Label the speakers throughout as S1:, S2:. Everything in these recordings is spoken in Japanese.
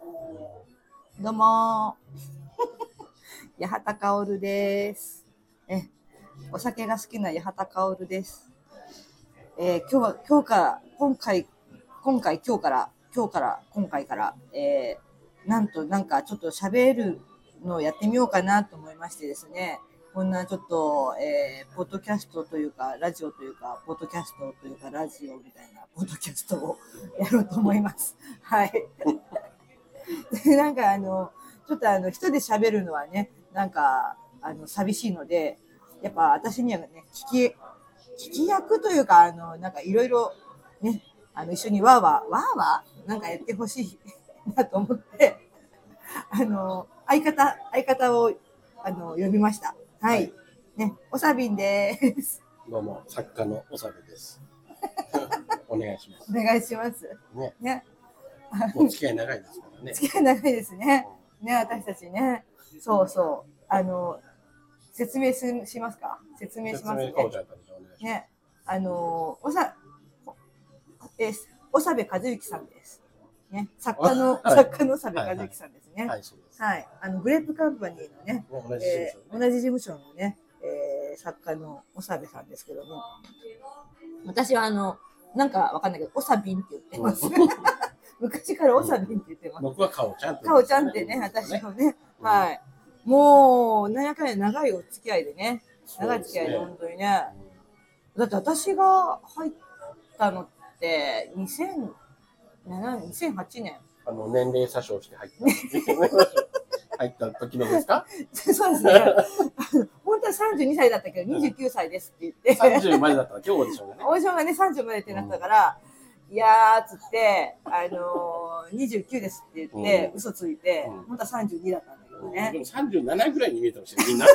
S1: どうも ー。八幡薫です。え、お酒が好きな八幡薫です。えー今日は、今日から、今回、今回、今日から、今日から、今回から、えーなんとなんかちょっと喋るのをやってみようかなと思いましてですね、こんなちょっと、えーポッドキャストというか、ラジオというか、ポッドキャストというか、ラジオみたいな、ポッドキャストをやろうと思います。はい。でなんかあの、ちょっとあの、人で喋るのはね、なんか、あの、寂しいので、やっぱ私にはね、聞き、聞き役というか、あの、なんかいろいろ、ね、あの、一緒にわーわー、わーわー、なんかやってほしい なと思って、あの、相方、相方を、あの、呼びました。はい。
S2: はい
S1: ね、おさびんです。
S2: どうも、作家のおさべ です。お願いします。
S1: お願いします。
S2: ね、
S1: ね、
S2: もう付き合い長いですからね。
S1: 付き合い長いですね。ね、私たちね。そうそう。あの、説明すしますか説明し
S2: 説
S1: ます
S2: 明
S1: ね。
S2: かぼちゃんからじゃあお願いしま
S1: ね、あのおさ、え、おさべ和之さんです。ね、作家の、
S2: あはい
S1: 作家のおさべ和之さんですね。
S2: す。
S1: は、
S2: はいい、そうです。
S1: あの、グレープカンパニーのね、
S2: もう同じ事務
S1: え
S2: 所
S1: ー同じ事務所のね、えー作家のおさべさんですけども、私はあの、なんかわかんないけど、おさびんって言って ます。昔からおさびんって言ってます。
S2: 僕はかおちゃんって言
S1: かお
S2: うです
S1: ちゃんってね、私のね、
S2: うん
S1: はい。もう、なんやかんや長いお付き合いでね、長い付き合いで
S2: そう
S1: 本当にね
S2: で、
S1: だって私が入ったのって2007 2008年
S2: すねあの、年齢詐称して入ったんですよね。入った時の ですか
S1: そうですね本当は32歳だったけど29歳ですって言って
S2: ?30 までだったら今日オーディションがね。
S1: 王将がね30までってなったから、いやーっつって、あのー、29ですって言って、
S2: うん
S1: 嘘ついて、
S2: うん
S1: 本当は32だったんだけどね
S2: でも37ぐらいに見えてほしい、みんな。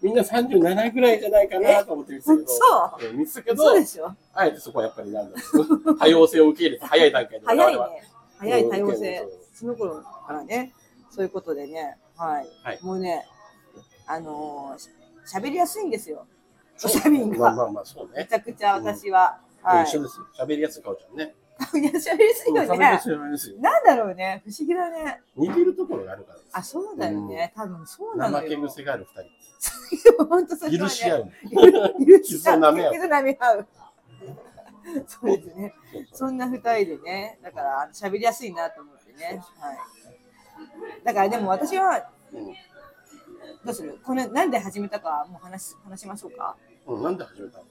S2: みんな37ぐらいじゃないかなと思って見て た
S1: そ
S2: けど。
S1: う
S2: うん。見てたけど
S1: そ、うでしょ
S2: あえてそこはやっぱりなんだろう。多様性を受け入れて早い段階で。
S1: 早い
S2: 我々は
S1: ね早い多様
S2: う
S1: 性
S2: ん
S1: その頃からねそういうことでねはい、
S2: はい
S1: もうねあのーししゃべりやすいんですよお
S2: そう
S1: しゃべり
S2: まあ
S1: が
S2: まあまあ、そう
S1: め
S2: ね
S1: ち。ゃくちゃ私は、はい
S2: 一緒ですよ。喋りやすい顔ちゃんね。
S1: いやしゃべりすい
S2: 喋
S1: よ
S2: りや
S1: ね
S2: すい、喋りやすい。
S1: なんだろうね不思議だね
S2: 似てるところがあるからです。
S1: あそうだよね、多分そうなの
S2: 怠け
S1: よ
S2: 癖がある
S1: 本当そ
S2: 二
S1: れ
S2: 人。
S1: は
S2: 許
S1: ね
S2: し合う。
S1: 許し合
S2: 絆舐め合
S1: う
S2: う
S1: 傷舐め合うそうですねそんな二人でね、だからあの喋りやすいなと思ってね。はい。だからでも私は
S2: うん
S1: どうする？これなんで始めたかもう話し話しましょうか。
S2: うん、なんで始めたの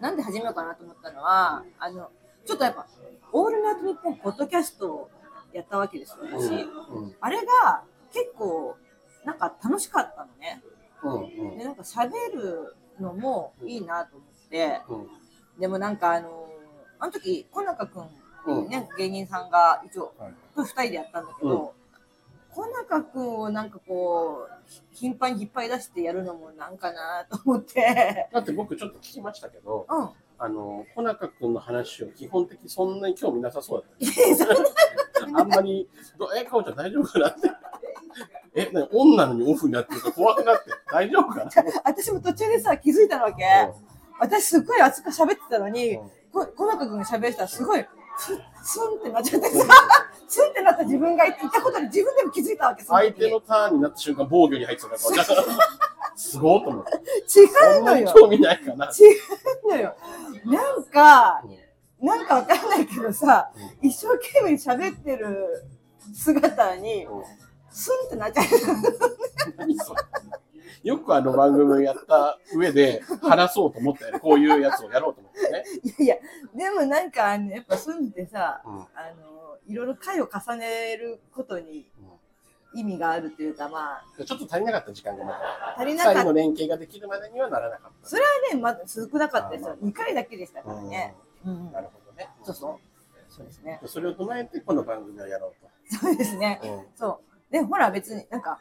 S1: なんで始めようかなと思ったのは、あのちょっとやっぱオールナイトニッポンポッドキャストをやったわけですよ私。
S2: うん、うん
S1: あれが結構なんか楽しかったのね。
S2: うん、うん
S1: でなんか喋るのもいいなと思って、でもなんかあのあの時小中くん
S2: うん、うん。
S1: ね、芸人さんが一応、
S2: はい
S1: と2人でやったんだけど、小中君をなんかこうひ頻繁に引っ張り出してやるのもなんかなと思って。
S2: だって僕ちょっと聞きましたけど、
S1: うん、
S2: あの、小中君の話を基本的にそんなに興味なさそうだっ
S1: えそんな
S2: た。あんまり、どえ、かおちゃん大丈夫かなって。え、なにオンなのにオフになってるから怖くなって、大丈夫かな
S1: 私も途中でさ気づいたわけ、私すっごい熱く喋ってたのに、こ小中君が喋ったらすごいツンツンってなっちゃってさ ツンってなった自分がいていたことに自分でも気づいたわけその時
S2: 相手のターンになった瞬間防御に入ってたから、だから、すごいと思って。
S1: 違
S2: そ
S1: うんの
S2: なに
S1: よ
S2: 興味ないかな。
S1: 違うのよなんか
S2: うん
S1: なんかわかんないけどさ、一生懸命喋ってる姿に、スンってなっちゃう。
S2: 何それよくあの番組をやった上で話そうと思ったよね。こういうやつをやろうと思ってね。
S1: いやいや、でもなんか、あのやっぱスンってさ、
S2: うん
S1: あの、いろいろ回を重ねることに意味があるというか、まあ、
S2: うんちょっと足りなかった時間がまだ
S1: 足り
S2: 二
S1: なかっ
S2: 人
S1: た
S2: の連携ができるまでにはならなかっ
S1: ね、まだ続くなかったですよ。2回だけでした
S2: た。
S1: からね。うん
S2: うん。なるほどね。
S1: そうそう。そうですね。
S2: それを踏まえてこの番組をやろう
S1: そうですね。
S2: と。
S1: そう。で、ほら別になんか、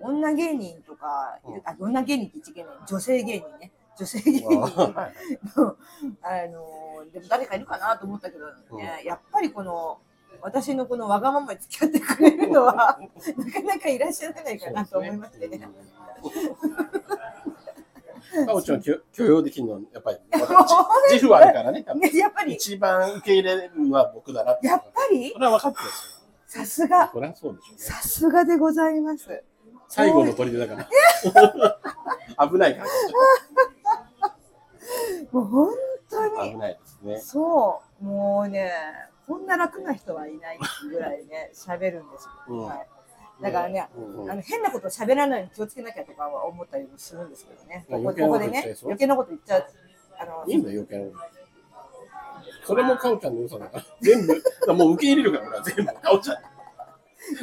S1: 女芸人とか、
S2: うん
S1: あ、女芸人って言っちゃいけない。女性芸人ね。女性芸
S2: うん
S1: 人
S2: はい
S1: うんあのでも誰かいるかなと思ったけどね、やっぱりこの私のこのわがままに付き合ってくれるのはなかなかいらっしゃらないかなと思いましてね。
S2: うんかおちゃん許許容できるのはや っぱり
S1: も
S2: 私自負あるからね。
S1: うねやっぱり
S2: 一番受け入れるのは僕だなって。
S1: やっぱり
S2: それは分かってるんですよ。
S1: さすが、
S2: そりゃそうでしょうね。
S1: さすがでございます。
S2: 最後の砦 だから。危ないから。
S1: もう本当
S2: 危
S1: に、
S2: ないですね。
S1: そう、もうね、こんな楽な人はいないぐらいね、喋るんですよ。
S2: うん
S1: はいだからね、
S2: うんうん
S1: あの変なこと喋らないように気をつけなきゃとかは思ったりもするんですけどね。
S2: まあ
S1: ここ
S2: 余
S1: こ
S2: 計なこ
S1: ことでね、
S2: 言っちゃいそう
S1: 余計なこと言っちゃう。あの
S2: いいんだよ、余計なことそれもカオちゃんの良さだから。全部、だからもう受け入れるから、俺は全部カオちゃん。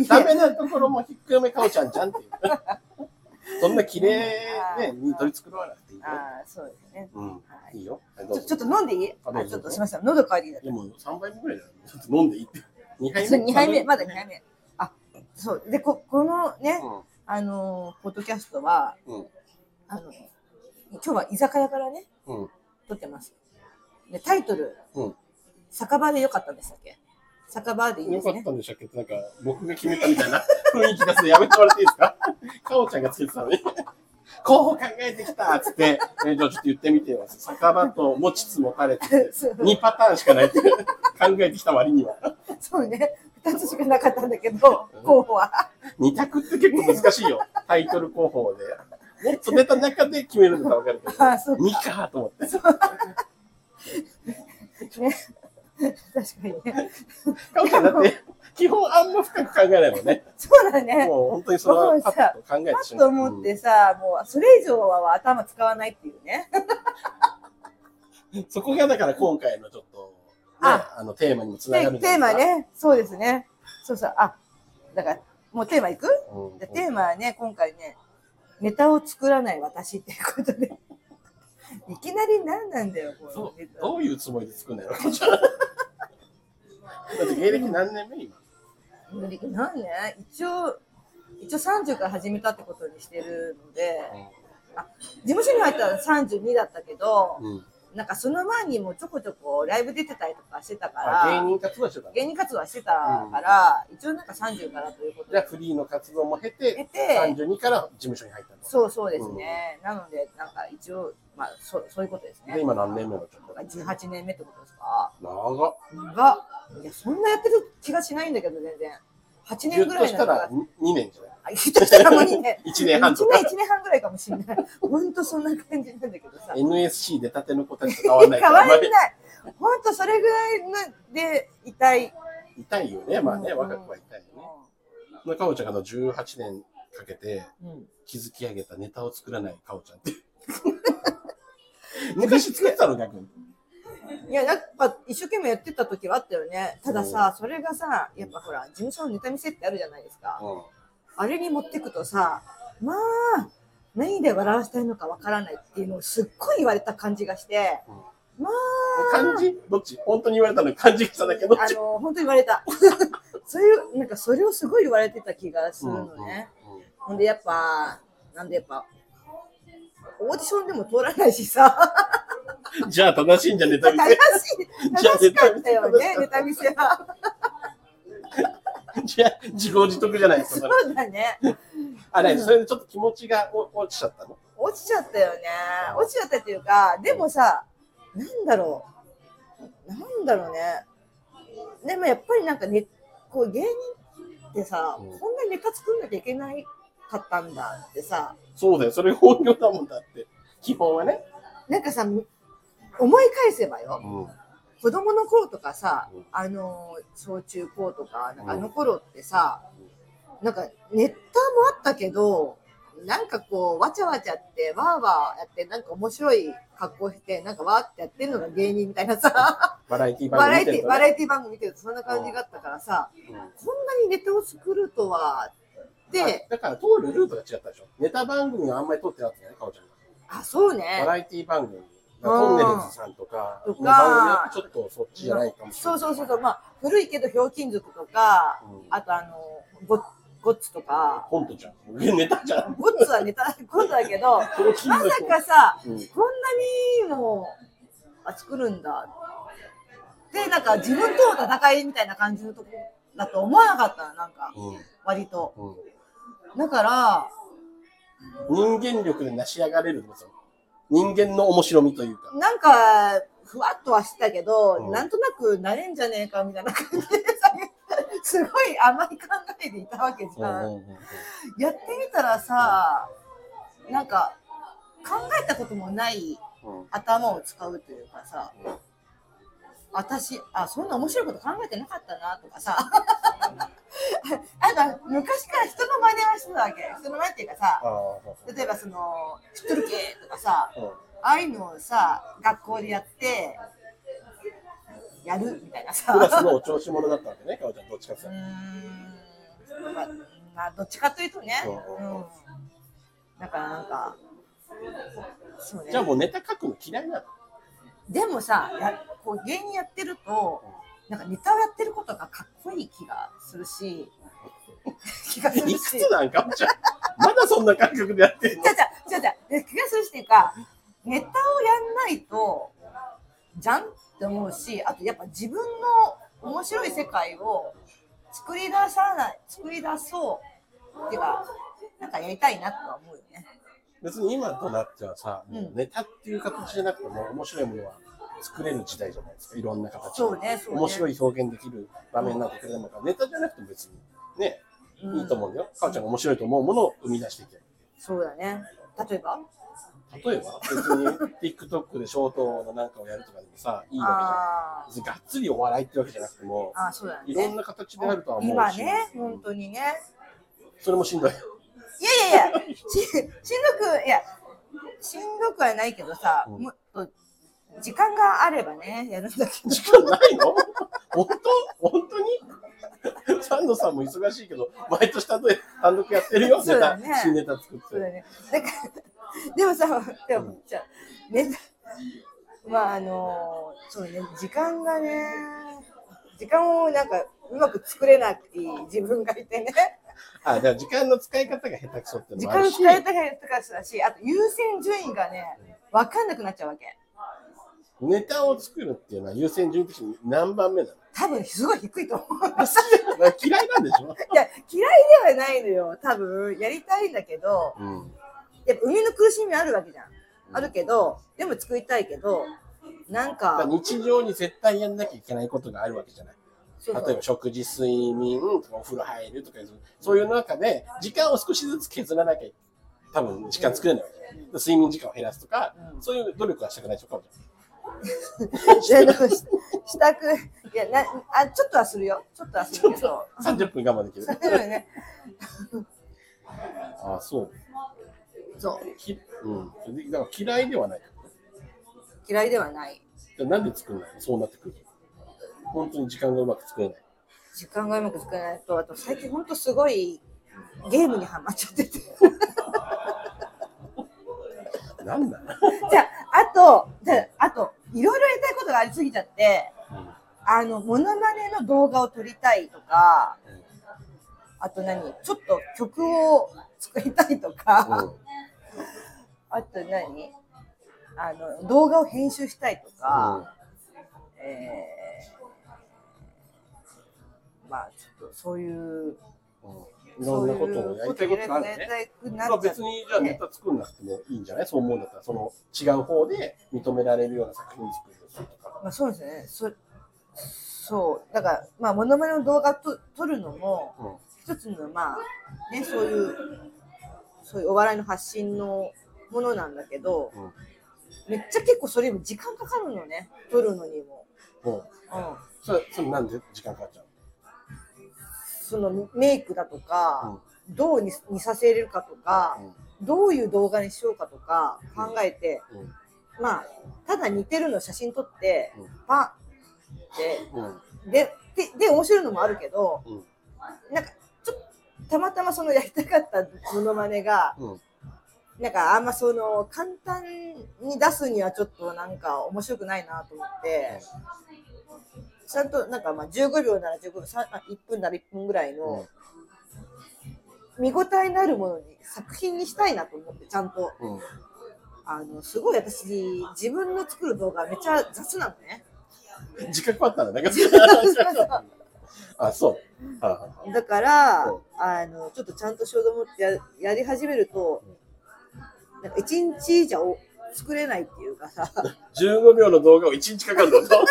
S2: ダメなところもひっくるめカオちゃんじゃんっていう。 そんな綺麗、ね、に取り繕わなくていいよ。
S1: ああ、そうですね。
S2: うん、いいよ。はいど
S1: ち
S2: う
S1: ょ
S2: ぞ
S1: ちょっと飲んでいい
S2: あどう
S1: あ
S2: ぞ
S1: ちょっとすみません、喉乾いてきた
S2: いやもう3杯目ぐらいだよ。ちょっと飲んでいいって。2杯
S1: そう
S2: 目。
S1: 二杯目、まだ2杯目。あ、そう。で、ここのね、あのー、ポッドキャストは、
S2: うん。うん。
S1: あの、今日は居酒屋からね、
S2: うん。
S1: 撮ってます。で、タイトル、
S2: うん
S1: 酒場でよかったんでしたっけ酒場でいいで
S2: よ
S1: す
S2: か
S1: ね
S2: っ。たんでしたっけなんか、僕が決めたみたいな 雰囲気出すのやめてもらっていいですかかおちゃんがつけてたのに。候補考えてきたっつって、えじゃあちょっと言ってみてよ。酒場と持ちつ持たれ てて、
S1: そう
S2: 2パターンしかないって考えてきた割には。
S1: そうね。2つしかなかったんだけど、候補は。
S2: 2択って結構難しい よ。タイトル候補で。もっと出た中で決めるのがわかるけど。
S1: ああ、そう
S2: 2かと思って。
S1: ね。確かにね。
S2: かおちゃんだって、基本あんま深く考えないもんね。
S1: そうだね。
S2: もう本当にそのパッと考え
S1: パ
S2: て
S1: ッ
S2: しま
S1: と
S2: う。
S1: 思ってさ、もうそれ以上は頭使わないっていうね。
S2: うんそこがだから今回のちょっと、ね、
S1: あ
S2: あのテーマにもつな
S1: で
S2: がるんじ
S1: テ
S2: ゃ
S1: ー
S2: な
S1: マ
S2: いですか。
S1: ね、そうですね。そうそう、あ、だから、もうテーマいく
S2: うん
S1: じゃあテーマはね、今回ね、ネタを作らない私っていうことで。 いきなり何なんだよ、
S2: そ
S1: こ
S2: う
S1: れ。
S2: どういうつもりで作るんだろう、こちらだって芸歴何年目今
S1: 無理なんね一応、一応30から始めたってことにしてるので、事務所に入ったら32だったけど、
S2: うん
S1: なんかその前にもちょこちょこライブ出てたりとかしてたか
S2: あ芸
S1: ら、
S2: 人活動してたの
S1: 芸人活動はしてたから、一応なんか30からということ
S2: じゃあ
S1: で。
S2: フリーの活動も経て、
S1: 経て
S2: 32から事務所に入ったの。
S1: そうそうですね。なので、なんか一応、まあそ、そういうことですね
S2: で、。今何年目のちょっと。
S1: 18年目ってことですか
S2: 長っ。
S1: が、いや、そんなやってる気がしないんだけど、全然。8
S2: ぎ
S1: 年
S2: ゅっ
S1: ぐら
S2: と
S1: い
S2: し
S1: な
S2: た
S1: の
S2: ら
S1: か。
S2: 2年じゃない。
S1: あひょっとしたら もう2年
S2: ?1 年半と
S1: 1
S2: か
S1: 年、。1年半ぐらいかもしれない。ほんとそんな感じなんだけどさ。
S2: NSC 出たての子たちと変わ
S1: 変
S2: らないから、
S1: わ
S2: あんま
S1: ら
S2: り
S1: ない。ほんとそれぐらいのでいたい。
S2: 痛いよね。まあね、
S1: うん
S2: 若くは痛いよね。かおちゃんがあの18年かけて、
S1: うん
S2: 築き上げたネタを作らないかおちゃんって。 昔作ってたの逆に。
S1: いや、やっぱ一生懸命やってた時はあったよね。たださ、それがさ、やっぱほら、事務所のネタ見せってあるじゃないですか。あれに持ってくとさ、まあ、何で笑わせたいのかわからないっていうのをすっごい言われた感じがして、まあ、
S2: 漢字どっち本当に言われたの漢字がしただけどっ
S1: あ
S2: ち
S1: の、本当に言われた。 そういう、なんかそれをすごい言われてた気がするのね。ほんでやっぱ、なんでやっぱ、オーディションでも通らないしさ、
S2: うん じゃあ正しいんじゃネタ
S1: 正
S2: 見 せ。
S1: しい、正しかったよね、
S2: じゃあ
S1: ネタ見せは。
S2: じゃあ自業自得じゃないで す
S1: そ
S2: か。それ
S1: うだね。
S2: あ、ない、それでちょっと気持ちがお落ちちゃったの
S1: 落ちちゃったよね。落ちちゃったっていうか、でもさ、なんだろう。なんだろうね。でもやっぱりなんかね、こう芸人ってさ、
S2: うん
S1: こんなにネタ作んなきゃいけないかったんだってさ、
S2: そうだよ。それ本業だもんだって。基本はね。
S1: なんかさ、思い返せばよ、
S2: うん。
S1: 子供の頃とかさ
S2: うん、
S1: あのー、小中高とか、なんかあ
S2: うん
S1: の頃ってさ、なんかネタもあったけど、なんかこう、わちゃわちゃって、わーわーやって、なんか面白い格好して、なんかわーってやってるのが芸人みたいな さ、
S2: バラエティ番
S1: バラエ
S2: 組見て
S1: ティ、
S2: ると
S1: バ
S2: ね
S1: ラエティ番組見てるとそんな感じがあったからさ、こんなにネタを作るとは、
S2: うん
S1: で、
S2: だから通るルートが違ったでしょ。ネタ番組はあんまり通ってなかったよね、かおちゃんが。
S1: あ、そう
S2: バ
S1: ね。
S2: ラエティ番組、トンネルズさんとか、
S1: とか
S2: 番組はちょっとそっちじゃないかもしれ
S1: そ
S2: な
S1: う
S2: い。
S1: そうそうそう、まあ、古いけど、ひょうきん族とか、
S2: うん
S1: あとあの、ゴッゴッツとか、
S2: コントじゃん。ネタじゃん。
S1: ゴッツはネタゴッツだけど、ま
S2: それ聞い
S1: さ
S2: た
S1: かさ、
S2: 人うん
S1: こんなにもあ作るんだ。で、なんか自分との戦いみたいな感じのとこだと思わなかったのなんか、割と。
S2: う
S1: だから、
S2: んうん人間力で成し上がれるんですよ。人間の面白みというか。
S1: なんか、ふわっとはしてたけど、
S2: うん
S1: なんとなくなれんじゃねえかみたいな感じでさ、すごいい甘い考えでいたわけじ
S2: うんう
S1: ゃん。
S2: んうんうん
S1: やってみたらさ、なんか考えたこともない
S2: うん
S1: 頭を使うというかさ、私、あ、そんな面白いこと考えてなかったなとかさ、なんか昔から人の真似をしてたわけ。人の真似っていうかさ、
S2: ああ
S1: 例えばその、知っとるけとかさ、
S2: うん
S1: ああいうのをさ、学校でやって、やるみたいなさ。
S2: クラスのお調子者だったわけね、かおちゃん、どっちかっ
S1: う
S2: て
S1: ー
S2: いうと
S1: んまあ、まあ、どっちかというとね、
S2: そう
S1: うん、だからなんか、そうね
S2: じゃあ、もうネタ書くの嫌いなの
S1: でもさやこう芸人やってると、なんかネタをやってることがかっこいい気がするし、気がする
S2: いく
S1: し、
S2: つ
S1: じゃ
S2: なんかおちゃん、まだそんな感覚でやってるの
S1: じゃじゃじゃ気がするしっていうか、ネタをやんないと、じゃんって思うし、あとやっぱ自分の面白い世界を作り出さない、作り出そうっていうか、なんかやりたいなとは思うよね。
S2: 別に今となってはさ、
S1: うん
S2: もうネタっていう形じゃなくても面白いものは作れる時代じゃないですか、いろんな形で
S1: そうねそうね
S2: 面白い表現できる場面なんてくれるのか、ネタじゃなくても別にね、いいと思うんだよ。かおちゃんが面白いと思うものを生み出していける。
S1: そうだね。例えば
S2: 例えば、別に TikTok でショートのなんかをやるとかでも さ、いいわ
S1: あ
S2: けじゃん。別にがっつりお笑いってわけじゃなくても
S1: ー、あー、そうだ
S2: いろん
S1: ね。
S2: な形であるとは思うし。
S1: 今ね、本当にね。
S2: それもしんどい。
S1: いやいやいや、しし んどく、いや、しんどくはないけどさ、
S2: うん
S1: もっと時間があればね、やるんだけど。
S2: 時間ないの本当本当にサンドさんも忙しいけど、毎年例え単独やってるよ、
S1: そ
S2: ネ
S1: うだ
S2: タ、
S1: ね
S2: 新ネタ作っ
S1: そうだ
S2: て。
S1: ね。だから、でもさ、でも、じゃあね、まああの、そうね、時間がね、時間をなんかうまく作れない自分がいてね、
S2: あ、だから時間の使い方が下手くそっての
S1: 時
S2: もある
S1: 間
S2: し、
S1: 使えたらとかだし、あと優先順位がね、わかんなくなっちゃうわけ。
S2: ネタを作るっていうのは優先順位的に何 番目なの
S1: 多分すごい低いと思う。
S2: 好きだから 嫌いなんでしょ、
S1: いや、嫌いではないのよ、多分。やりたいんだけど、
S2: うん、
S1: やっぱ海の苦しみあるわけじゃん。あるけど、でも作りたいけど、なん
S2: だから
S1: か、
S2: 日常に絶対やんなきゃいけないことがあるわけじゃない。
S1: そうそう
S2: 例え ば食事、睡眠とかお風呂入るとかいうそういう中で時間を少しずつ削らなきゃ多分時間作れないわけじゃない。睡眠時間を減らすとか、
S1: うん
S2: そういう努力はしたくないでしょ、かおちゃん
S1: いやでもししたく、いやなあ、ちょっとはするよ。ちょっとはするけど。
S2: 30分我慢できる。
S1: そうだよね
S2: ああ、そう。
S1: そう、
S2: きうん。でだから嫌いではない。
S1: 嫌いではない。
S2: じゃあなんで作んないのそうなってくると。本当に時間がうまく作れない。
S1: 時間がうまく使えないと、あと最近ほんとすごいゲームにハマっちゃってて。
S2: なんだろ
S1: じゃあ、あと、じゃあ、あと、いろいろやりたいことがありすぎちゃって、
S2: う
S1: あの、モノマネの動画を撮りたいとか、あと何ちょっと曲を作りたいとか、
S2: うん。うん
S1: あと何あの、動画を編集したいとか、えーまあ、ちょっとそういう、
S2: うん。いろんなことをやりたいことがある
S1: そういうことをやり
S2: ね。
S1: たくな
S2: ま
S1: っ
S2: あ
S1: ちゃっ
S2: 別にじゃあネタ作んなくてもいいんじゃないそう思うんだったら、その違う方で認められるような作品作るとか。
S1: まあ、そうですね。そそう。だから、まあ、モノマネの動画と撮るのも、
S2: うん。
S1: 一つのまあねそういうそういうお笑いの発信のものなんだけど、
S2: うん
S1: めっちゃ結構それより時間かかるのね撮るのにも、
S2: うん。
S1: うん、
S2: それ、それなんで時間かかっちゃう
S1: そのメイクだとか、どうににさせれるかとか、
S2: の
S1: どういう動画にしようかとか考えて、
S2: うん。うん。
S1: まあただ似てるの写真撮って、
S2: うん
S1: パン
S2: うん。
S1: ってででで面白いのもあるけど
S2: うん。
S1: なんかちょっとたまたまそのやりたかったモノマネが
S2: うん。
S1: なんかあんまその簡単に出すにはちょっとなんか面白くないなと思ってちゃんとなんかまあ15秒なら15秒さあ1分なら1分ぐらいの見応えのあるものに作品にしたいなと思ってちゃんと
S2: うん。
S1: あのすごい私自分の作る動画めちゃ雑なの ね
S2: 自覚はあったんだね。あ、そう。あ
S1: だから
S2: うん
S1: あのちょっとちゃんと衝動持ってややり始めるとなんか1日じゃお作れないっていうかさ
S2: 15秒の動画を1日かかるのと。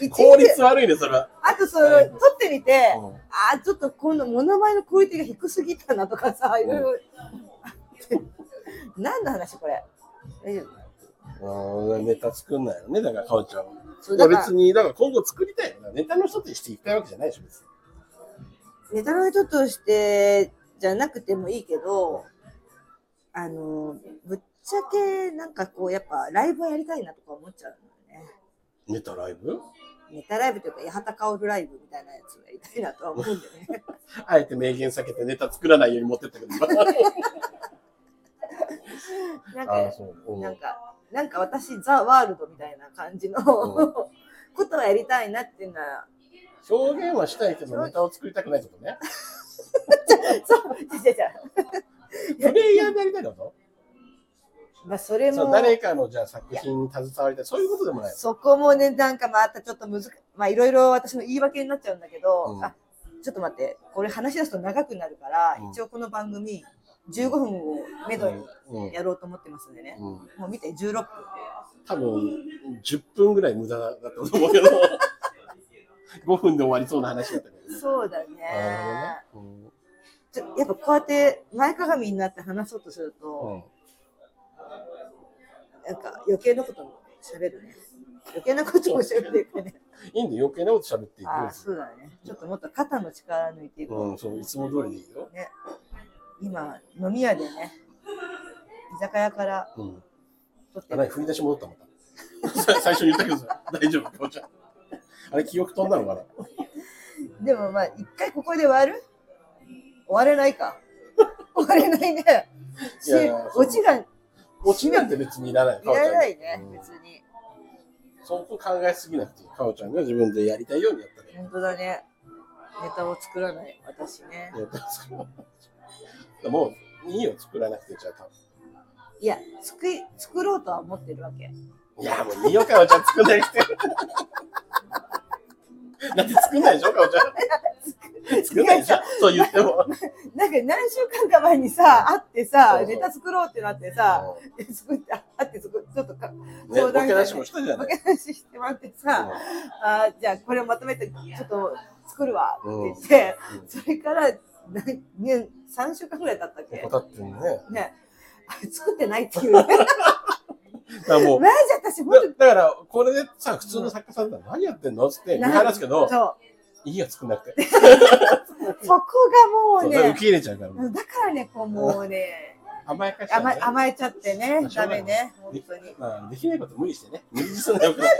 S1: 一
S2: 効
S1: 日
S2: 率悪いね、それは。
S1: あとその、撮ってみて、
S2: うん
S1: ああ、ちょっと今度、モノマネのクオリティが低すぎたなとかさ、いろいろ。 何の話これ大丈夫
S2: うんネタ作んないよね、だから、かおちゃんは。
S1: そう
S2: いや
S1: だから
S2: 別に、だから今後作りたいよな。ネタの一つにしていきたいわけじゃないでしょ、別に。
S1: ネタの人としてじゃなくてもいいけど、あの、ぶっちゃけなんかこう、やっぱライブはやりたいなとか思っちゃうのよね。
S2: ネタライブ
S1: ネタライブというか、八幡薫ライブみたいなやつをやりたいなとは思うんだよ ね。
S2: あえて名言避けてネタ作らないように持ってったけど。
S1: なん
S2: ああ、
S1: か、
S2: そう。
S1: なんか、なんか私、ザ・ワールドみたいな感じの ことはやりたいなっていうのは、
S2: 表現はしたいけど、ネタを作りたくないってことね。
S1: そう、じゃじゃ
S2: プレイヤーでやりたいのと。
S1: まあ、それ
S2: そう
S1: も、
S2: 誰かのじゃあ作品に携わりたい。そういうことでもない。
S1: そこもね、なんかまたちょっと難しまあ、いろいろ私の言い訳になっちゃうんだけど、
S2: うん
S1: あちょっと待って、これ話し出すと長くなるから、
S2: うん
S1: 一応この番組、15分をめどに
S2: うん
S1: やろうと思ってますんでね。
S2: うん
S1: もう見て、16分。
S2: 多分10分ぐらい無駄だったと思うけど5分で終わりそうな話だったけど
S1: そうだね。
S2: なるほどね
S1: ちょやっぱこうやって前かがみになって話そうとする
S2: うん
S1: と、
S2: うん
S1: なんか余計なことも喋るね。余計なことも喋るよね。
S2: いいんで余計なこと喋っていく
S1: ああ、そうだね。ちょっともっと肩の力抜いていこう。
S2: うん、そういつも通りでいいよ、
S1: ね、今飲み屋でね居酒屋から
S2: うん、
S1: 撮って
S2: あれ
S1: る
S2: 振り出し戻ったまたさ最初に言ったけどさ大丈夫かおちゃんあれ記憶飛んだのかな
S1: でもまあ一回ここで終わる終われないか 終われないねし
S2: いやいや
S1: オチがい
S2: 落ちなんて別にいらないかおちゃん
S1: らないね
S2: うん
S1: 別に
S2: そこ考えすぎなくていいかおちゃんが自分でやりたいようにやったらいい
S1: 本当だねネタを作らない私ね
S2: ネタ作らなくてもういいよ作らなくてじゃあ多分
S1: いや作り作ろうとは思ってるわけ
S2: いや、もういいよ、かおちゃん作んなくて。だって作んないでしょ、かおちゃん。作んないでしょ、そう言っても。
S1: なんか何週間か前にさ会ってさ
S2: そうそう
S1: ネタ作ろうってなってさ作って会って作ちょっとか
S2: ね、
S1: 相
S2: ボ
S1: 談
S2: ケ出しもしたじゃな
S1: 分
S2: い。
S1: け話してもらってさ、あーじゃあこれをまとめてちょっと作るわって言って、
S2: うんうん
S1: それから何年3週間ぐらい経ったっけ
S2: こたってんね。だか
S1: ねあ作ってないっていうマジ
S2: らもう、
S1: 私本
S2: だだから、これでさ、普通の作家さんだったら何やってんのっつって
S1: 当
S2: 見放すけど、
S1: そう
S2: いいよ、作んなくて。
S1: そこがも
S2: そううだから
S1: ね
S2: 受け入れちゃうから、もう
S1: だからねこうもうね
S2: 甘やかしちゃう
S1: 甘
S2: ね
S1: え甘えちゃってね
S2: しょ
S1: ダ
S2: うが
S1: メ
S2: ない
S1: ね本当に
S2: まあ、できないこと無理してね。無理すんなよくない。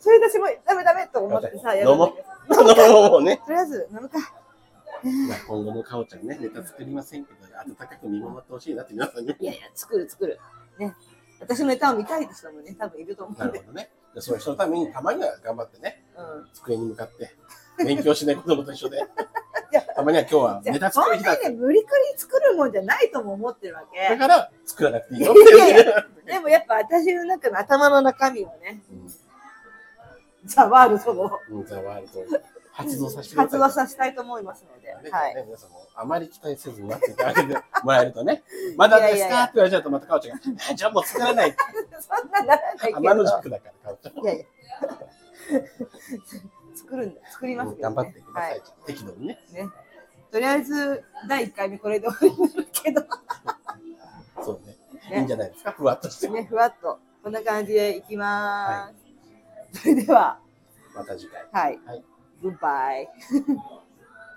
S1: それ私もダメダメと思ってさやるんだけど
S2: あの、もうね。
S1: とりあえず飲むか
S2: まあ今後もかおちゃんね、ネタ作りませんけど、温かく見守ってほしいなって皆さんに。
S1: いやいや作る作るね私のネタを見たい人もね多分いると思う
S2: なんる
S1: で、
S2: ほどね。でそういう人のためにたまには頑張ってね、
S1: うん
S2: 机に向かって、勉強しない子供と一緒で
S1: や、
S2: たまには今日は
S1: じゃ
S2: ネ
S1: あ
S2: タ
S1: そ
S2: 作
S1: んな
S2: り日だっ
S1: にね無理くり作るもんじゃないとも思ってるわけ
S2: だから作らなくていいよっていうね
S1: いやいでもやっぱ私の中の頭の中身をね、ザ・ワールドを
S2: うん、ザワールドを発動させてくださ
S1: 発
S2: い。
S1: 話させたいと思いますので、
S2: ね
S1: はい。
S2: 皆さんもあまり期待せず待っていただけてもらえるとね、まだで
S1: い
S2: す
S1: やいやいや
S2: かって言われちゃうと、またかおちゃんが、じゃあもう作らないって、
S1: そんなならないけど、
S2: 天の塾だから、かおちゃん。
S1: いやいや。 作るんだ、作りますけど、ね。
S2: 頑張ってください。
S1: はい。
S2: 適度にね。
S1: ね。とりあえず、第1回目これで終わりになるけど、
S2: そうね。
S1: ね
S2: いいんじゃないですか、ふわっとして。
S1: ね、ふわっと、こんな感じでいきます。それでは、
S2: また次回。
S1: はい。
S2: はい
S1: グッバイ。
S2: バ